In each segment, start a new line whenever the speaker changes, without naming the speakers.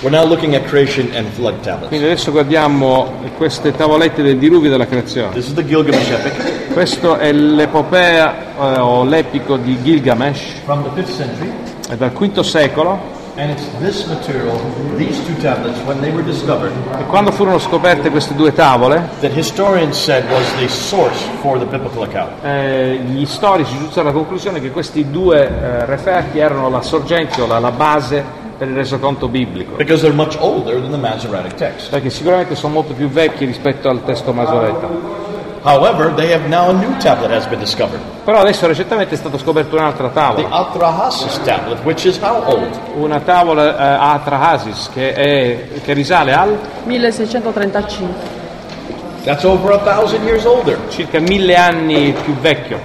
We're now looking at creation and flood tablets.
Quindi adesso guardiamo queste tavolette del diluvio della creazione.
This is the Gilgamesh epic
Questo è l'epopea eh, o l'epico di Gilgamesh,
from the 5th century,
è dal V secolo
and it's this material, these two tablets, when they were discovered,
e quando furono scoperte queste due tavole,
that historians said was the source for the biblical account.
eh, gli storici giunsero alla conclusione che questi due eh, referti erano la sorgente o la, la base per il resoconto biblico,
Because they're much older than the Masoretic text.
perché sicuramente sono molto più vecchi rispetto al testo masoreta.
However, they have now a new tablet has been discovered,
Però adesso recentemente è stato scoperto un'altra
the
tavola,
Atrahasis tablet, which is how old?
una tavola eh, a Atrahasis che, è- che risale al
1635.
That's over a thousand years older.
circa mille anni più vecchio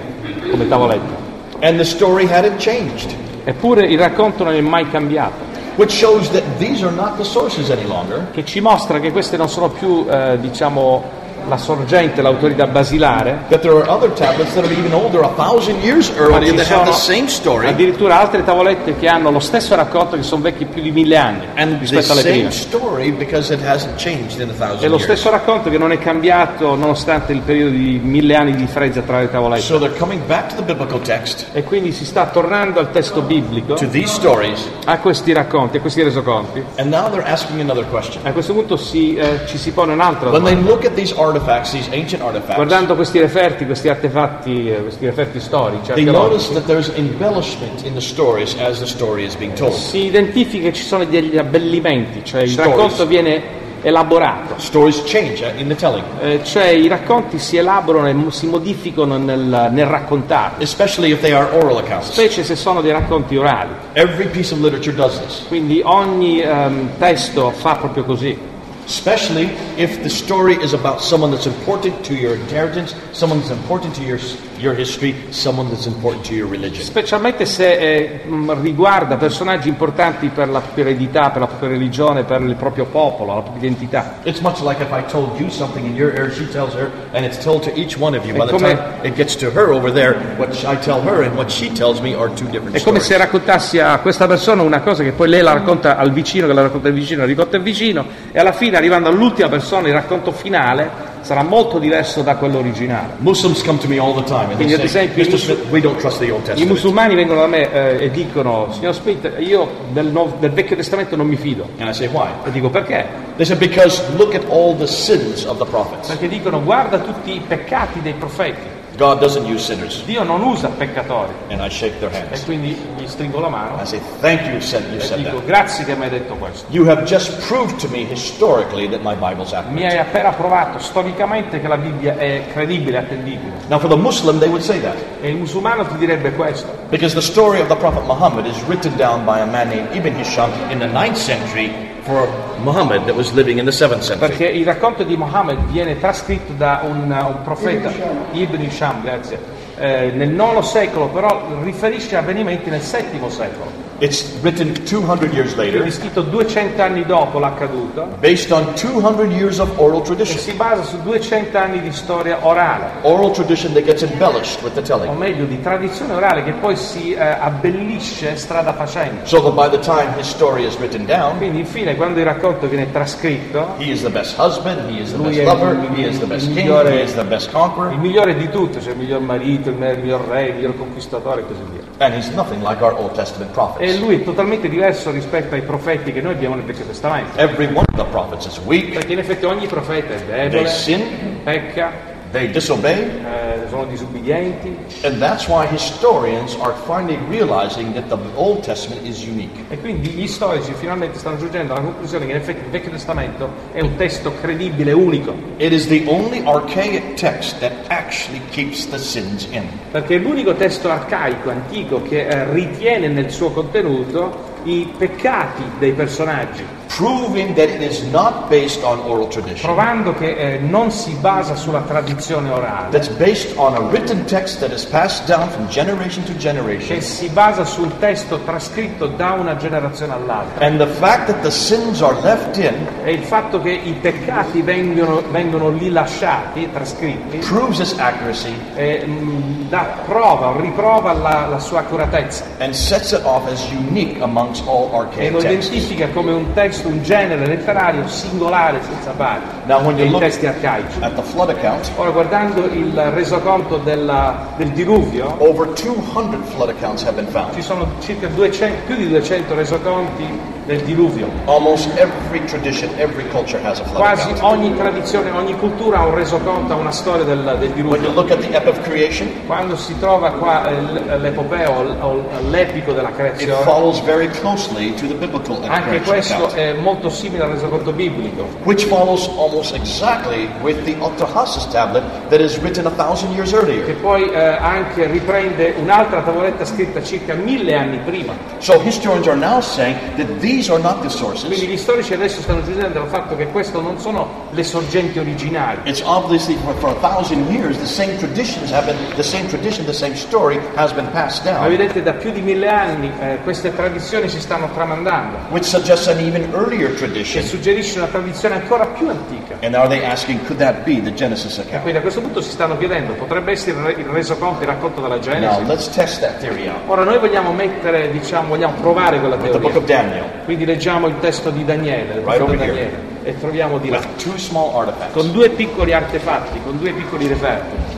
come tavoletta.
And the story hadn't changed,
Eppure il racconto non è mai cambiato,
which shows that these are not the sources any longer.
che ci mostra che queste non sono più, eh, diciamo, la sorgente, l'autorità basilare,
That there are other tablets that are even older, a thousand years
ma
earlier,
ci
that have the same
sono
story.
addirittura altre tavolette che hanno lo stesso racconto, che sono vecchie più di mille anni
And the
rispetto alle
same
prime.
story because it hasn't changed in a
È
thousand
lo
years.
stesso racconto che non è cambiato nonostante il periodo di mille anni di frezza tra le tavolette.
So they're coming back to the biblical text,
E quindi si sta tornando al testo biblico,
to these stories,
a questi racconti, a questi resoconti.
and now they're asking another question.
A questo punto si, eh, ci si pone un'altra
When
domanda.
they look at these artifacts, these ancient artifacts,
Guardando questi referti, questi artefatti, eh, questi referti storici,
they notice
archeologici,
that there's embellishment in the stories as the story is being told.
si identifica che ci sono degli abbellimenti, cioè il
Stories.
racconto viene elaborato,
Stories change uh, in the telling,
eh, cioè i racconti si elaborano e mo- si modificano nel, nel raccontare,
especially if they are oral accounts.
specie se sono dei racconti orali.
Every piece of literature does this,
Quindi ogni ehm, testo fa proprio così,
especially if the story is about someone that's important to your inheritance, someone that's important to your, your history, someone that's important to your religion.
specialmente se eh, mh, riguarda personaggi importanti per la propria eredità, per la propria religione, per il proprio popolo, la propria identità.
It's much like if I told you something in your ear, she tells her, and it's told to each one of you. By the
come-
time it gets to her over there, what I tell her and what she tells me are two different
È come
stories.
se raccontassi a questa persona una cosa che poi lei la racconta al vicino, che la racconta al vicino, la racconta al vicino, e alla fine, arrivando all'ultima persona, il racconto finale sarà molto diverso da quello originale.
Muslims come to me all the time and
Quindi,
they
ad
say,
esempio, i
Mr.
musul-
Smith, we don't trust the Old
I
Testament.
musulmani vengono da me eh, e dicono, signor Smith, io del, Nuovo- del Vecchio Testamento non mi fido.
And I say, why?
E dico perché?
They said, because look at all the sins of the prophets.
Perché dicono guarda tutti i peccati dei profeti.
God doesn't use sinners.
Dio non usa peccatori.
And I shake their
E
hands.
quindi gli stringo la mano
I say, thank you, said you
e
said
dico
that.
grazie che mi hai detto questo.
You have just proved to me historically that my Bible's
Mi
accurate.
hai appena provato storicamente che la Bibbia è credibile, attendibile.
Now, for the Muslim, they would say that.
E il musulmano ti direbbe questo,
Because the story of the Prophet Muhammad is written down by a man named Ibn Hisham in the 9th century for Muhammad that was living in the 7th century.
perché il racconto di Mohammed viene trascritto da un, un profeta, Ibn Hisham, grazie, eh, nel IX secolo, però riferisce avvenimenti nel VII secolo.
It's written 200 years
Quindi
later
è scritto 200 anni dopo l'accaduto
based on 200 years of oral
e
tradition.
si basa su 200 anni di storia orale,
Oral tradition that gets embellished with the
o
telling.
meglio di tradizione orale che poi si eh, abbellisce strada facendo.
So that by the time his story is written down,
Quindi infine quando il racconto viene trascritto,
he is the best husband, he is the
Lui
best
è
lover,
il-
he is the best
il
king,
migliore-
he is the best
il
conqueror,
migliore di tutto, cioè il miglior marito, il miglior re, il miglior conquistatore e così via.
and he's nothing like our Old Testament
E
prophets.
lui è totalmente diverso rispetto ai profeti che noi abbiamo nel Vecchio Testamento.
Every one of the prophets is weak,
Perché in effetti ogni profeta è debole,
They sin.
pecca,
they disobey,
eh, sono disubbidienti.
And that's why historians are finally realizing that the Old Testament is unique.
E quindi gli storici finalmente stanno giungendo alla conclusione che in effetti il Vecchio Testamento è un testo credibile, unico.
It is the only archaic text that actually keeps the sins in.
Perché è l'unico testo arcaico, antico, che eh, ritiene nel suo contenuto i peccati dei personaggi,
Proving that it is not based on oral tradition.
provando che eh, non si basa sulla tradizione orale,
That's based on a written text that is passed down from generation to
che
generation.
si basa sul testo trascritto da una generazione all'altra.
And the fact that the sins are left in
E il fatto che i peccati vengono, vengono lì lasciati, trascritti,
proves its accuracy
eh, mh, dà prova o riprova la, la sua accuratezza
and sets it off as unique among becomes all
e
archaic
lo
text.
identifica come un testo, un genere letterario singolare, senza pari,
Now, when you
dei
look-
testi arcaici.
At the flood account,
Ora, guardando il resoconto della- del diluvio,
over 200 flood accounts have been found.
ci sono circa 200 più di 200 resoconti del diluvio.
Almost every tradition, every culture has a flood
Quasi
account.
ogni tradizione, ogni cultura ha un resoconto, ha una storia del, del
When you
diluvio.
look at the Epic of Creation,
Quando si trova qua eh, l- l'epopea o l- o l'epico della
it
creazione,
follows very closely to the biblical Epic of
anche
Creation
questo
account,
è molto simile al resoconto biblico,
which follows almost exactly with the Atohasis tablet that is written a thousand years
che
earlier.
poi eh, anche riprende un'altra tavoletta scritta circa mille anni prima.
So historians are now saying that these are not the
Quindi
sources.
gli storici adesso stanno giudicando dal fatto che queste non sono le sorgenti originali.
It's obviously for, for a thousand years the same traditions have been the same tradition, the same story has been passed
Ma
down,
vedete, da più di mille anni eh, queste tradizioni si stanno tramandando,
which suggests an even earlier
che
tradition.
suggerisce una tradizione ancora più antica.
And are they asking, could that be the Genesis account?
Quindi a questo punto si stanno chiedendo, potrebbe essere il re- il resoconto, il racconto della
Now
Genesi?
let's test that theory out.
Ora noi vogliamo mettere, diciamo, vogliamo provare quella
The book
teoria.
of Daniel.
Quindi leggiamo il testo di Daniele, il
Right
profeta
over here.
Daniele, e troviamo di là,
with two small artifacts.
con due piccoli artefatti, con due piccoli reperti.